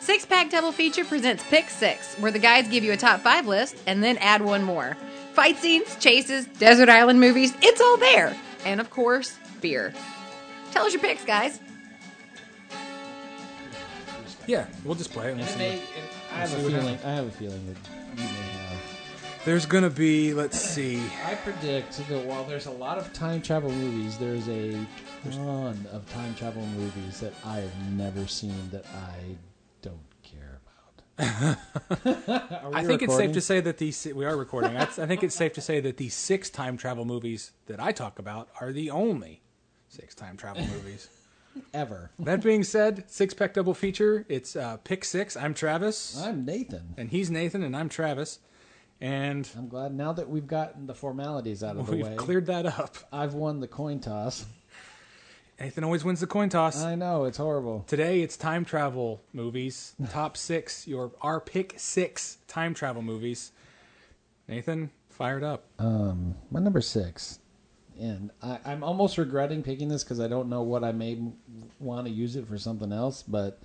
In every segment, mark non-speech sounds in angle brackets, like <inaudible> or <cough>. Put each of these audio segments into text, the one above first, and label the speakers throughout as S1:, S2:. S1: six pack double feature presents Pick Six, where the guys give you a top five list and then add one more. Fight scenes, chases, desert island movies, it's all there. And of course, beer. Tell us your picks, guys.
S2: Yeah, we'll just play it. And we'll
S3: And
S2: see.
S3: they, and I have
S2: see
S3: a
S2: what
S3: feeling. I have a feeling that you may have.
S2: There's gonna be. Let's see.
S3: I predict that while there's a lot of time travel movies, there's a ton of time travel movies that I have never seen that I don't care about. <laughs> Are
S2: I
S3: we
S2: think it's safe
S3: recording?
S2: to say that the si- we are recording. I, I think it's safe to say that the six time travel movies that I talk about are the only six time <laughs> travel movies.
S3: ever.
S2: that being said, six pack double feature. It's uh, pick six. I'm Travis,
S3: I'm Nathan.
S2: and he's Nathan, and I'm Travis, and
S3: I'm glad now that we've gotten the formalities out of the
S2: we've
S3: way.
S2: cleared that up.
S3: I've won the coin toss.
S2: Nathan always wins the coin toss.
S3: I know it's horrible.
S2: Today it's time travel movies. Top six. Your our pick six time travel movies. Nathan, fired up.
S3: Um, my number six, and I, I'm almost regretting picking this because I don't know what I may want to use it for something else, but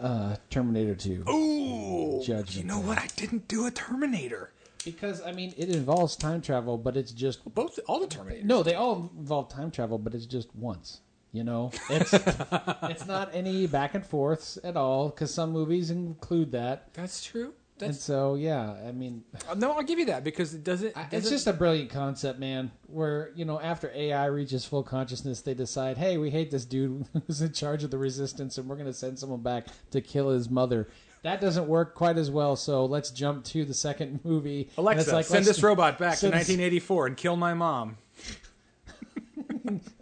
S3: uh, Terminator Two.
S2: Ooh,
S3: Judgment
S2: you know what? I didn't do a Terminator.
S3: Because I mean, it involves time travel, but it's just
S2: Both all the Terminators.
S3: no. They all involve time travel, but it's just once. You know, it's it's not any back and forths at all because some movies include that,
S2: That's true.
S3: and
S2: That's
S3: so yeah. I mean,
S2: no. I'll give you that because it doesn't.
S3: I-
S2: doesn't-
S3: it's just a brilliant concept, man. Where you know, after AI reaches full consciousness, they decide, "Hey, we hate this dude <laughs> who's in charge of the resistance, and we're going to send someone back to kill his mother." That doesn't work quite as well, so let's jump to the second <laughs> movie. And
S2: Alexa,
S3: it's like,
S2: send
S3: let's
S2: this robot back to
S3: send this-
S2: 1984 and kill my mom.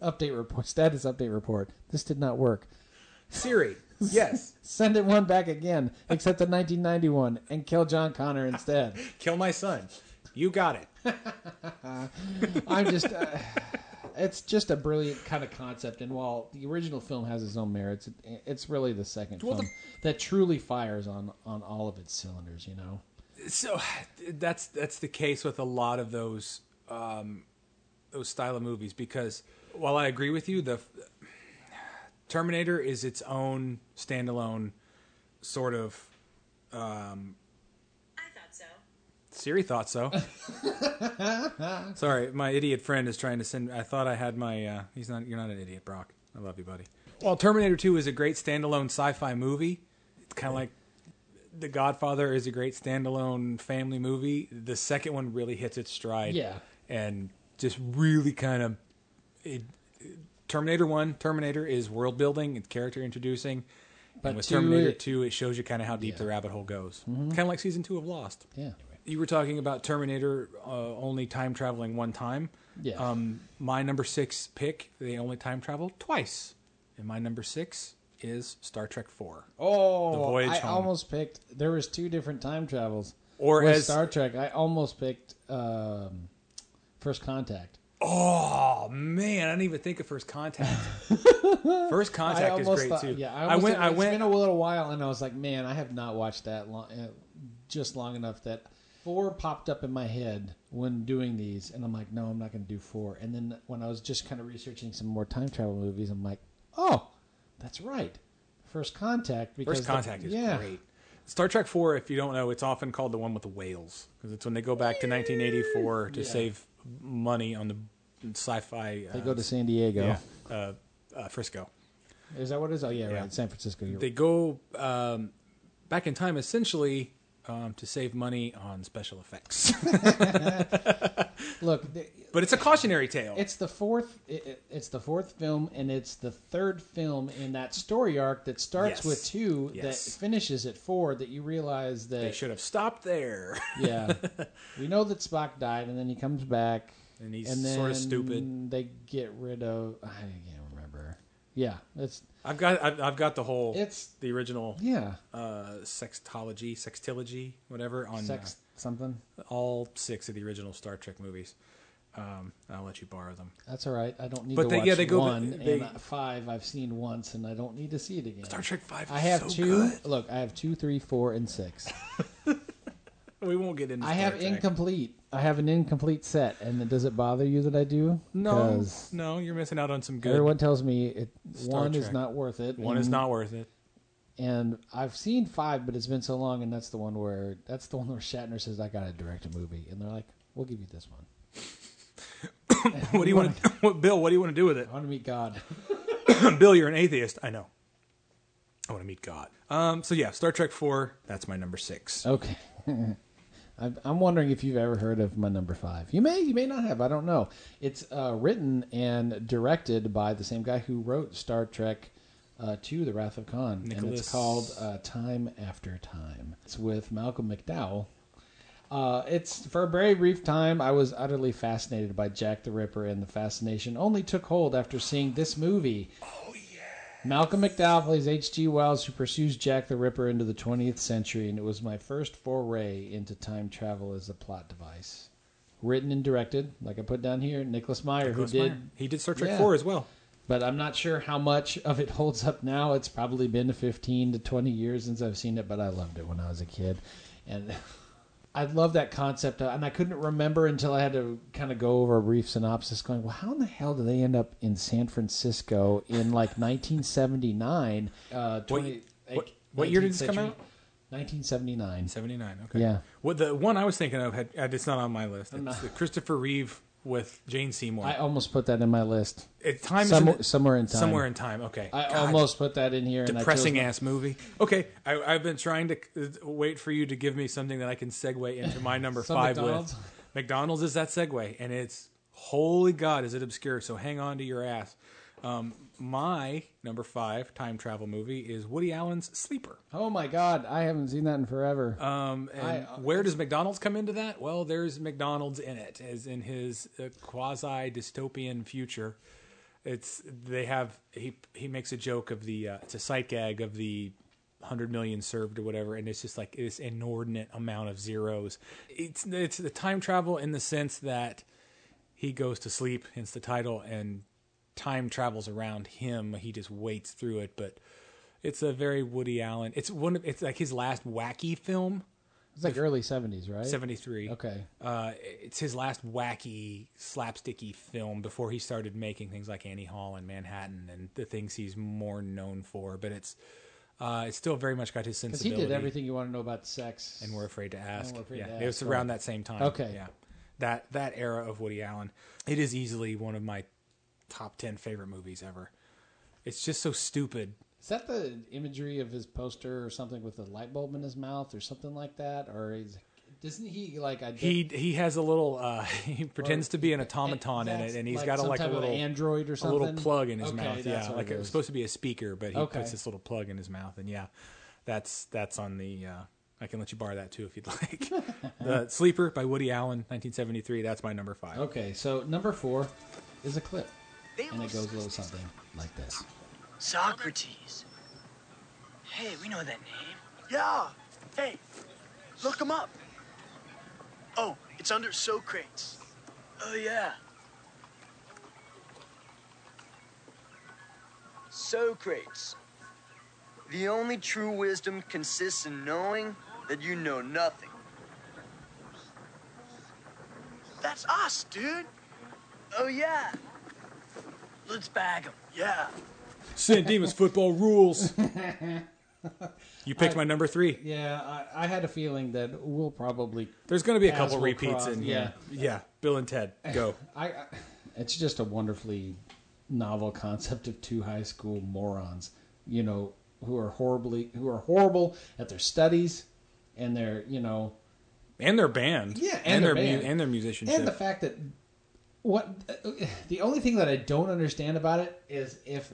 S3: Update report. Status update report. This did not work.
S2: Siri, yes,
S3: Send it one back again, except the 1991, and kill John Connor instead.
S2: kill my son. You got it.
S3: I'm just. Uh, it's just a brilliant kind of concept, and while the original film has its own merits, it, it's really the second
S2: Well,
S3: film that truly fires on on all of its cylinders. You know,
S2: so that's that's the case with a lot of those um, those style of movies because while I agree with you, the Terminator is its own standalone sort of. um,
S4: I thought so.
S2: Siri thought so. Sorry, my idiot friend is trying to send. I thought I had my. Uh, he's not. You're not an idiot, Brock. I love you, buddy. While Terminator 2 is a great standalone sci-fi movie, it's kind of like The Godfather is a great standalone family movie. The second one really hits its stride.
S3: Yeah.
S2: and just really kind of. It, Terminator 1, Terminator is world building. It's character introducing.
S3: But
S2: and with
S3: two,
S2: Terminator
S3: it- Mm-hmm.
S2: 2, it shows you kind of how deep the rabbit hole goes. Kind of like season 2 of Lost.
S3: yeah,
S2: You were talking about Terminator uh, only time traveling one time.
S3: Yeah.
S2: Um, my number six pick, they only time travel twice. And my number six is Star Trek Four.
S3: Oh,
S2: The Voyage
S3: I
S2: Home.
S3: almost picked. There was two different time travels.
S2: Or
S3: with
S2: as-
S3: Star Trek, I almost picked um, First Contact.
S2: Oh man, I didn't even think of First
S3: <laughs>
S2: Contact. First
S3: I
S2: Contact is
S3: almost
S2: great
S3: thought,
S2: too.
S3: yeah. I,
S2: I,
S3: almost
S2: went.
S3: did-
S2: I
S3: it's
S2: went.
S3: been a little while, and I was like, man, I have not watched that long, uh, just long enough that four popped up in my head when doing these, and I'm like, no, I'm not going to do four. And then when I was just kind of researching some more time travel movies, I'm like, oh, that's right, First Contact. Because
S2: First
S3: the-
S2: Contact is
S3: yeah.
S2: great. Star Trek Four, if you don't know, it's often called the one with the whales because it's when they go back to 1984 to
S3: Yeah.
S2: save money on the sci-fi. Uh,
S3: They go to San Diego.
S2: yeah, uh, uh, Frisco.
S3: Is that what it is? Oh yeah,
S2: Yeah.
S3: right. San Francisco. You're
S2: they go um, back in time essentially um, to save money on special effects. <laughs>
S3: Look, th-
S2: but it's a cautionary tale.
S3: it's the fourth. It, it- it's the fourth film, and it's the third film in that story arc that starts
S2: Yes.
S3: with two
S2: Yes.
S3: that finishes at four. That you realize
S2: they
S3: that
S2: should have stopped there. <laughs>
S3: yeah, we know that Spock died, and then he comes back,
S2: And he's
S3: and then
S2: sort of stupid.
S3: They get rid of. I can't remember. Yeah, it's
S2: I've got I've, I've got the whole
S3: It's-
S2: the original
S3: yeah,
S2: uh, sextology, sextilogy, whatever on
S3: sex something.
S2: uh, all six of the original Star Trek movies. Um, I'll let you borrow them.
S3: That's all right. I don't need
S2: But
S3: to
S2: they-
S3: watch
S2: yeah, they go-
S3: one
S2: they-
S3: and uh, five. I've seen once, and I don't need to see it again.
S2: Star Trek Five. Is
S3: I have
S2: so
S3: two.
S2: good.
S3: Look, I have two, three, four, and six.
S2: We won't get into.
S3: I
S2: Star
S3: have
S2: Trek.
S3: incomplete. I have an incomplete set, and does it bother you that I do?
S2: No,
S3: 'Cause
S2: no, you're missing out on some good.
S3: everyone tells me it,
S2: Star
S3: one is
S2: Trek.
S3: not worth it.
S2: One is
S3: and-
S2: not worth it. <laughs>
S3: and I've seen five, but it's been so long, and that's the one where that's the one where Shatner says, "I got to direct a movie," and they're like, "We'll give you this one."
S2: What do you want? To, <laughs> what, Bill? What do you want to do with it?
S3: I want to meet God.
S2: Bill, you're an atheist. I know. I want to meet God. Um. So yeah, Star Trek Four. That's my number six.
S3: Okay. <laughs> I'm I'm wondering if you've ever heard of my number five. You may, you may not have. I don't know. It's uh, written and directed by the same guy who wrote Star Trek uh, to The Wrath of Khan, and
S2: Nicholas-
S3: it's called uh, Time After Time. It's with Malcolm McDowell. Uh, it's for a very brief time. I was utterly fascinated by Jack the Ripper, and the fascination only took hold after seeing this movie. Malcolm McDowell plays H.G. Wells, who pursues Jack the Ripper into the 20th century, and it was my first foray into time travel as a plot device. Written and directed, like I put down here, Nicholas Meyer,
S2: Nicholas
S3: who did,
S2: Meyer. He did Star Trek
S3: Yeah.
S2: Four as well.
S3: but I'm not sure how much of it holds up now. It's probably been 15 to 20 years since I've seen it, but I loved it when I was a kid, and <laughs> I love that concept. uh, And I couldn't remember until I had to kind of go over a brief synopsis, going, "Well, how in the hell do they end up in San Francisco in like 1979?" Uh, 20,
S2: what-
S3: like,
S2: what year did this
S3: 19th
S2: come
S3: century?
S2: out?
S3: 1979.
S2: Seventy nine. Okay.
S3: Yeah.
S2: What the one I was thinking of had? uh, It's not on my list. It's the Christopher Reeve with Jane Seymour.
S3: I almost put that in my list.
S2: it, time is
S3: Some,
S2: in-
S3: somewhere in time.
S2: Somewhere in time. Okay.
S3: I
S2: God,
S3: almost put that in here.
S2: depressing
S3: and I chose
S2: ass movie. Okay, I, I've been trying to uh, wait for you to give me something that I can segue into
S3: <laughs>
S2: my number
S3: Some
S2: five
S3: McDonald's?
S2: with. McDonald's is that segue, and it's holy god, is it obscure? So hang on to your ass. Um, my number five time travel movie is Woody Allen's Sleeper.
S3: Oh my god, I haven't seen that in forever.
S2: Um, and
S3: I-
S2: where does McDonald's come into that? Well, there's McDonald's in it, as in his uh, quasi dystopian future. It's they have he he makes a joke of the uh, it's a sight gag of the hundred million served or whatever, and it's just like this inordinate amount of zeros. It's it's the time travel in the sense that he goes to sleep, hence the title, and time travels around him. He just waits through it, but. It's a very Woody Allen. It's one. Of, it's like his last wacky film.
S3: It's like early seventies, right?
S2: 73.
S3: Okay.
S2: Uh, it's his last wacky, slapsticky film before he started making things like Annie Hall and Manhattan and the things he's more known for. But it's uh, it's still very much got his
S3: Because he
S2: sensibility.
S3: did everything you want to know about sex.
S2: And We're Afraid to Ask.
S3: We're Afraid
S2: yeah,
S3: to
S2: it was
S3: Ask,
S2: around
S3: right.
S2: that same time.
S3: Okay.
S2: Yeah. That, that era of Woody Allen. It is easily one of my top 10 favorite movies ever. It's just so stupid.
S3: Is that the imagery of his poster or something with the light bulb in his mouth or something like that? Or is doesn't he like ident-
S2: He he has a little uh, <laughs> he pretends to be an automaton in it,
S3: that's
S2: and he's
S3: like
S2: got a,
S3: some
S2: like a
S3: type of
S2: little
S3: android or
S2: a little
S3: something?
S2: plug in his
S3: Okay,
S2: mouth.
S3: that's
S2: Yeah,
S3: what
S2: like
S3: it
S2: it was
S3: is.
S2: supposed to be a speaker, but he
S3: Okay.
S2: puts this little plug in his mouth, and yeah, that's that's on the. Uh, I can let you borrow that too if you'd <laughs> like. the Sleeper by Woody Allen, 1973. That's my number five.
S3: Okay, so number four is a clip, and it goes a little something like this.
S4: Socrates. Hey, we know that name.
S5: Yeah. Hey, look him up. Oh, it's under Socrates.
S4: Oh, yeah. Socrates. The only true wisdom consists in knowing that you know nothing.
S5: That's us, dude.
S4: Oh, yeah. Let's bag him.
S5: Yeah.
S2: Sin Demons football
S3: <laughs>
S2: rules. you picked my number three.
S3: Yeah, I, I had a feeling that we'll probably.
S2: There's going to be a
S3: As
S2: couple
S3: will
S2: repeats
S3: Cross,
S2: in here. Yeah. Bill and Ted, go.
S3: I, I. It's just a wonderfully novel concept of two high school morons, you know, who are horribly who are horrible at their studies, and they're you know
S2: And their band.
S3: Yeah,
S2: and,
S3: and
S2: their
S3: their
S2: mu-
S3: band.
S2: and their musicianship.
S3: and the fact that what the only thing that I don't understand about it is if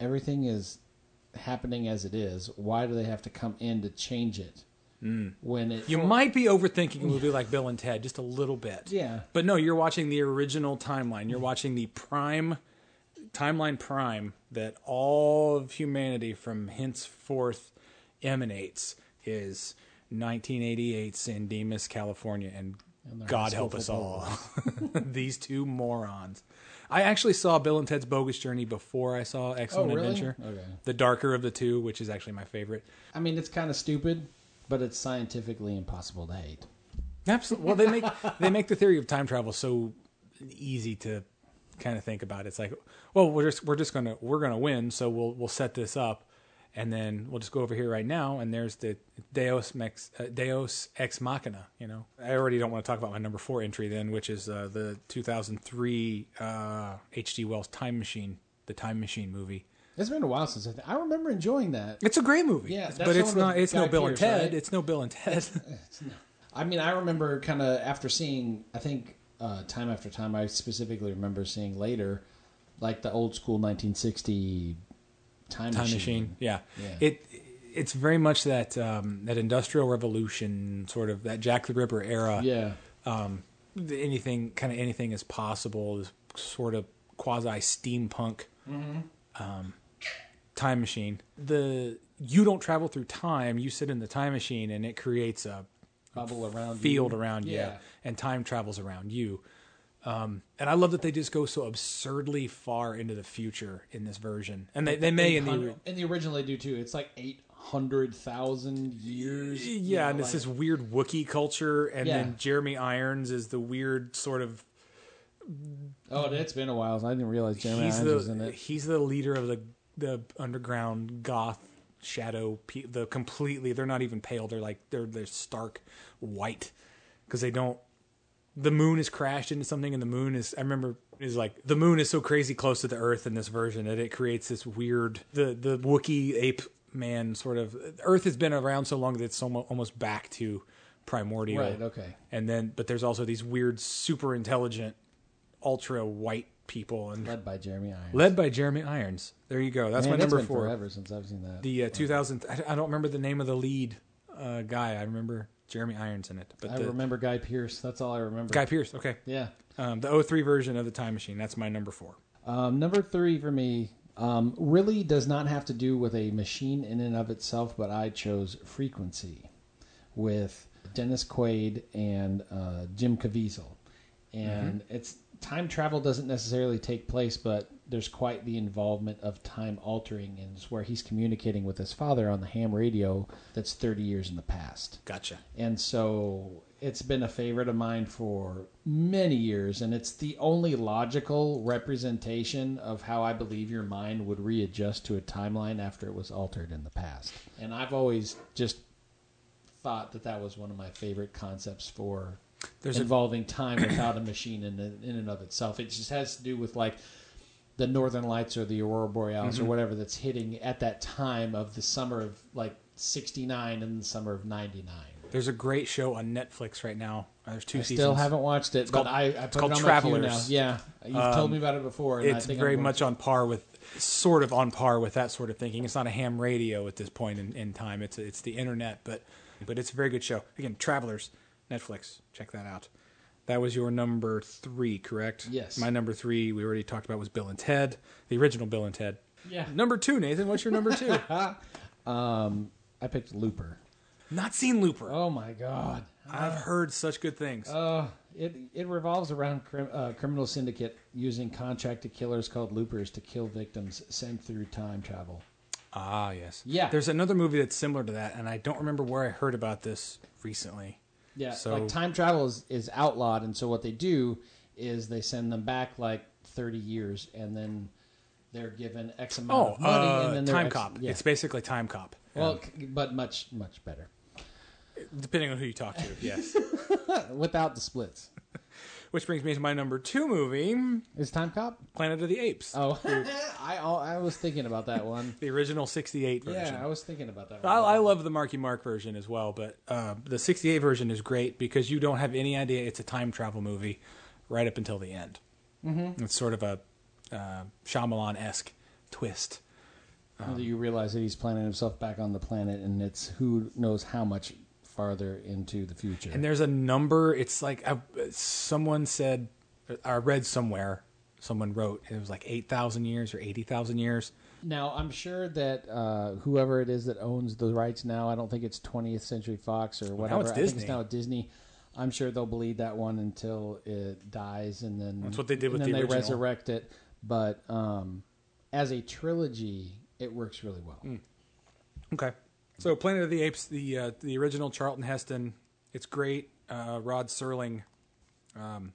S3: everything is happening as it is, why do they have to come in to change it when it?
S2: Hmm. You might be overthinking a movie like Bill and Ted just a little bit.
S3: Yeah.
S2: But no, you're watching the original timeline. You're watching the prime timeline prime that all of humanity from henceforth emanates is 1988 San Dimas, California, and,
S3: their
S2: God
S3: high
S2: help
S3: school
S2: us all. <laughs> These two morons. I actually saw Bill and Ted's Bogus Journey before I saw Excellent
S3: Oh, really?
S2: Adventure.
S3: Okay.
S2: The darker of the two, which is actually my favorite.
S3: I mean, it's kind of stupid, but it's scientifically impossible to hate.
S2: Absolutely. Well, they make <laughs> they make the theory of time travel so easy to kind of think about. It's like, well, we're just we're just gonna we're gonna win, so we'll we'll set this up, and then we'll just go over here right now. And there's the Deus Mex, uh, Deus Ex Machina. You know, I already don't want to talk about my number four entry then, which is uh, the 2003 uh, H.G. Wells Time Machine, the Time Machine movie.
S3: It's been a while since I, th- I remember enjoying that.
S2: It's a great movie.
S3: Yeah, that's
S2: but
S3: the
S2: it's
S3: one with
S2: not. It's no
S3: Guy
S2: Bill and
S3: Pearce,
S2: Ted.
S3: right?
S2: It's no Bill and Ted. <laughs>
S3: I mean, I remember kind of after seeing, I think uh, time after time, I specifically remember seeing later, like the old school 1960 time,
S2: Time
S3: machine.
S2: Machine. Yeah.
S3: Yeah.
S2: It it's very much that um, that industrial revolution sort of that Jack the Ripper era.
S3: Yeah,
S2: th- anything kind of anything is possible this sort of quasi steampunk um,
S3: Mm-hmm.
S2: time machine the you don't travel through time you sit in the time machine and it creates a
S3: bubble around you.
S2: field around you
S3: Yeah.
S2: and time travels around you um, and i love that they just go so absurdly far into the future in this version and they, they may in the
S3: 800 and the original they do too. It's like eight hundred thousand years. you
S2: Yeah,
S3: know,
S2: and it's
S3: like-
S2: this weird Wookiee culture, and
S3: Yeah.
S2: then Jeremy Irons is the weird sort of
S3: Oh, it's been a while. I didn't realize Jeremy
S2: he's
S3: Irons
S2: the
S3: was in it.
S2: he's the leader of the the underground goth shadow pe- the completely they're not even pale they're like they're they're stark white because they don't the moon has crashed into something and the moon is i remember is like the moon is so crazy close to the earth in this version that it creates this weird the the wookiee ape man sort of earth has been around so long that it's almo- almost back to primordial
S3: Right, okay.
S2: and then but there's also these weird super intelligent ultra white people and
S3: Led by Jeremy Irons.
S2: led by Jeremy Irons. There you go. That's
S3: Man,
S2: my
S3: that's
S2: number
S3: been
S2: four.
S3: Forever since I've seen that.
S2: The uh, 2000. I don't- I don't remember the name of the lead uh, guy. I remember Jeremy Irons in it, but
S3: I
S2: the
S3: remember Guy Pierce. That's all I remember.
S2: Guy Pierce. Okay,
S3: Yeah.
S2: um, the 03 version of the Time Machine. That's my number four.
S3: Um, number three for me um, really does not have to do with a machine in and of itself, but I chose frequency with Dennis Quaid and uh, Jim Caviezel, and it's time travel doesn't necessarily take place, but there's quite the involvement of time altering, and it's where he's communicating with his father on the ham radio that's 30 years in the past
S2: Gotcha.
S3: and so it's been a favorite of mine for many years and it's the only logical representation of how i believe your mind would readjust to a timeline after it was altered in the past and i've always just thought that that was one of my favorite concepts for
S2: There's a-
S3: involving time without a machine in, in and of itself it just has to do with like the northern lights or the aurora borealis
S2: Mm-hmm.
S3: or whatever that's hitting at that time of the summer of like 69 and the summer of 99
S2: There's a great show on Netflix right now. There's two
S3: I
S2: seasons.
S3: still haven't watched it, but
S2: called-
S3: I, I put
S2: it's called
S3: it on my queue
S2: Travelers.
S3: now. Yeah, you've told me about it before. And I
S2: It's
S3: think
S2: very
S3: I'm going
S2: much on par with, sort of on par with that sort of thinking. It's not a ham radio at this point in, in time. It's it's the internet, but but it's a very good show. Again, Travelers, Netflix, check that out. That was your number three, correct?
S3: Yes.
S2: My number three, we already talked about, was Bill and Ted, the original Bill and Ted.
S3: Yeah.
S2: Number two, Nathan. What's your number
S3: <laughs>
S2: two?
S3: I picked Looper.
S2: Not seen Looper.
S3: Oh my god,
S2: I've heard such good things.
S3: it it revolves around crim, uh, criminal syndicate using contracted killers called Loopers to kill victims sent through time travel.
S2: ah, yes.
S3: yeah.
S2: There's another movie that's similar to that, and I don't remember where I heard about this recently.
S3: Yeah,
S2: So-
S3: like time travel is, is outlawed, and so what they do is they send them back like thirty years, and then they're given X amount
S2: Oh,
S3: of money,
S2: uh,
S3: and then they're
S2: Time
S3: X-
S2: Cop.
S3: Yeah.
S2: It's basically Time Cop.
S3: well, c- but much much better
S2: Depending on who you
S3: <laughs>
S2: talk to, yes.
S3: without the splits.
S2: Which brings me to my number two movie,
S3: Is Time Cop?
S2: Planet of the Apes, <laughs>
S3: Oh, I I was thinking about that one.
S2: the original '68 version.
S3: Yeah, I was thinking about that one.
S2: I, I love the Marky Mark version as well, but uh, the '68 version is great because you don't have any idea it's a time travel movie right up until the end. Mm-hmm. It's sort of a uh, Shyamalan esque twist.
S3: Do you realize that he's planning himself back on the planet, and it's who knows how much farther into the future?
S2: And there's a number. It's like I, someone said, uh, I read somewhere, someone wrote, it was like eight thousand years or eighty thousand years.
S3: now, I'm sure that uh, whoever it is that owns the rights now, I don't think it's 20th Century Fox or whatever.
S2: it's
S3: I think
S2: Disney.
S3: it's now Disney. I'm sure they'll bleed that one until it dies, and then
S2: That's what they did with
S3: and then
S2: the
S3: they
S2: original.
S3: resurrect it. But um, as a trilogy, it works really well.
S2: Hmm. Okay. So Planet of the Apes, the uh, the original Charlton Heston, it's great. Uh, Rod Serling, um,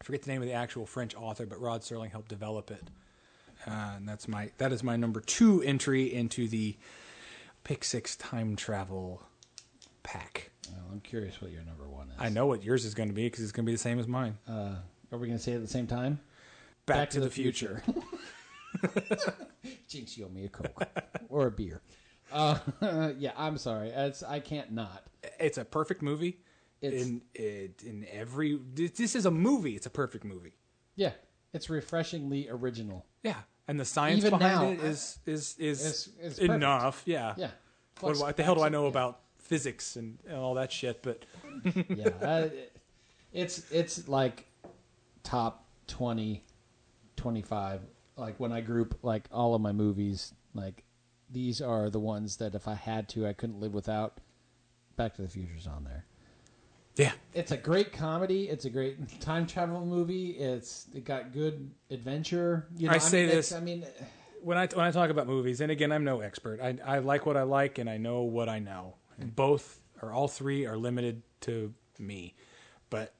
S2: I forget the name of the actual French author, but Rod Serling helped develop it. uh, and that's my that is my number two entry into the pick six time travel pack.
S3: Well, I'm curious what your number one is.
S2: I know what yours is going to be because it's going to be the same as mine.
S3: Uh, are we going to say it at the same time?
S2: Back, to, the, future.
S3: <laughs> Jinx, you owe me a coke or a beer. Uh, <laughs> yeah, I'm sorry. It's, I can't not.
S2: it's a perfect movie.
S3: It's-
S2: in it, in every this is a movie. It's a perfect movie.
S3: Yeah, it's refreshingly original.
S2: Yeah, and the science
S3: Even
S2: behind
S3: now,
S2: it is is is
S3: It's- it's perfect.
S2: enough. Yeah.
S3: Yeah.
S2: What, do I- what the hell do I know about physics and, and all that shit? But
S3: yeah, uh, it's it's like top 20, 25. Like when I group like all of my movies, like these are the ones that if I had to, I couldn't live without. Back to the Future's on there.
S2: yeah,
S3: It's a great comedy. It's a great <laughs> time travel movie. It's it got good adventure. You know,
S2: I say
S3: mean, it's-
S2: this-
S3: I mean,
S2: when I when I talk about movies, and again, I'm no expert. I I like what I like, and I know what I know. And both or all three are limited to me, but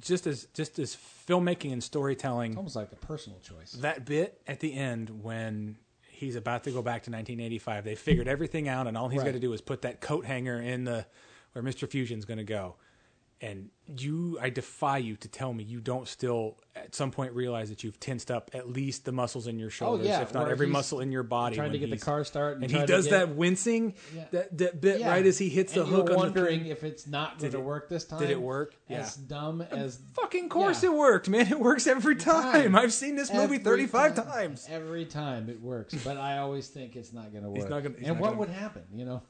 S2: just as just as filmmaking and storytelling,
S3: almost like a personal choice.
S2: that bit at the end when he's about to go back to 1985 they figured everything out and all he's
S3: Right.
S2: got to do is put that coat hanger in the where mr fusion's going to go and you i defy you to tell me you don't still at some point realize that you've tensed up at least the muscles in your shoulders
S3: Oh, yeah,
S2: if not
S3: where
S2: every
S3: he's
S2: muscle in your body
S3: trying to
S2: when
S3: get the
S2: he's-
S3: car start and
S2: and
S3: try
S2: he
S3: to
S2: does
S3: get-
S2: that wincing
S3: Yeah.
S2: that, that bit
S3: Yeah.
S2: right as he hits
S3: And
S2: the
S3: you're
S2: hook on the
S3: wondering
S2: thing.
S3: if it's not going
S2: Did
S3: to
S2: it-
S3: work this time.
S2: did it work?
S3: As
S2: Yeah. <laughs>
S3: dumb as
S2: fucking course
S3: Yeah.
S2: it worked man it works every time,
S3: time.
S2: i've seen this
S3: Every
S2: movie 35
S3: time-
S2: times
S3: Every time it works, but I always think it's not going to work.
S2: not gonna- he's
S3: and
S2: not
S3: what
S2: gonna-
S3: would happen? You know,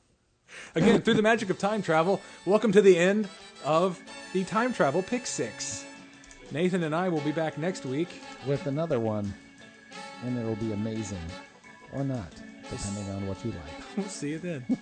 S2: Again, through the magic of time travel, welcome to the end of the Time Travel Pick Six. Nathan and I will be back next week.
S3: with another one, and it'll be amazing, or not, depending on what you like.
S2: We'll see you then.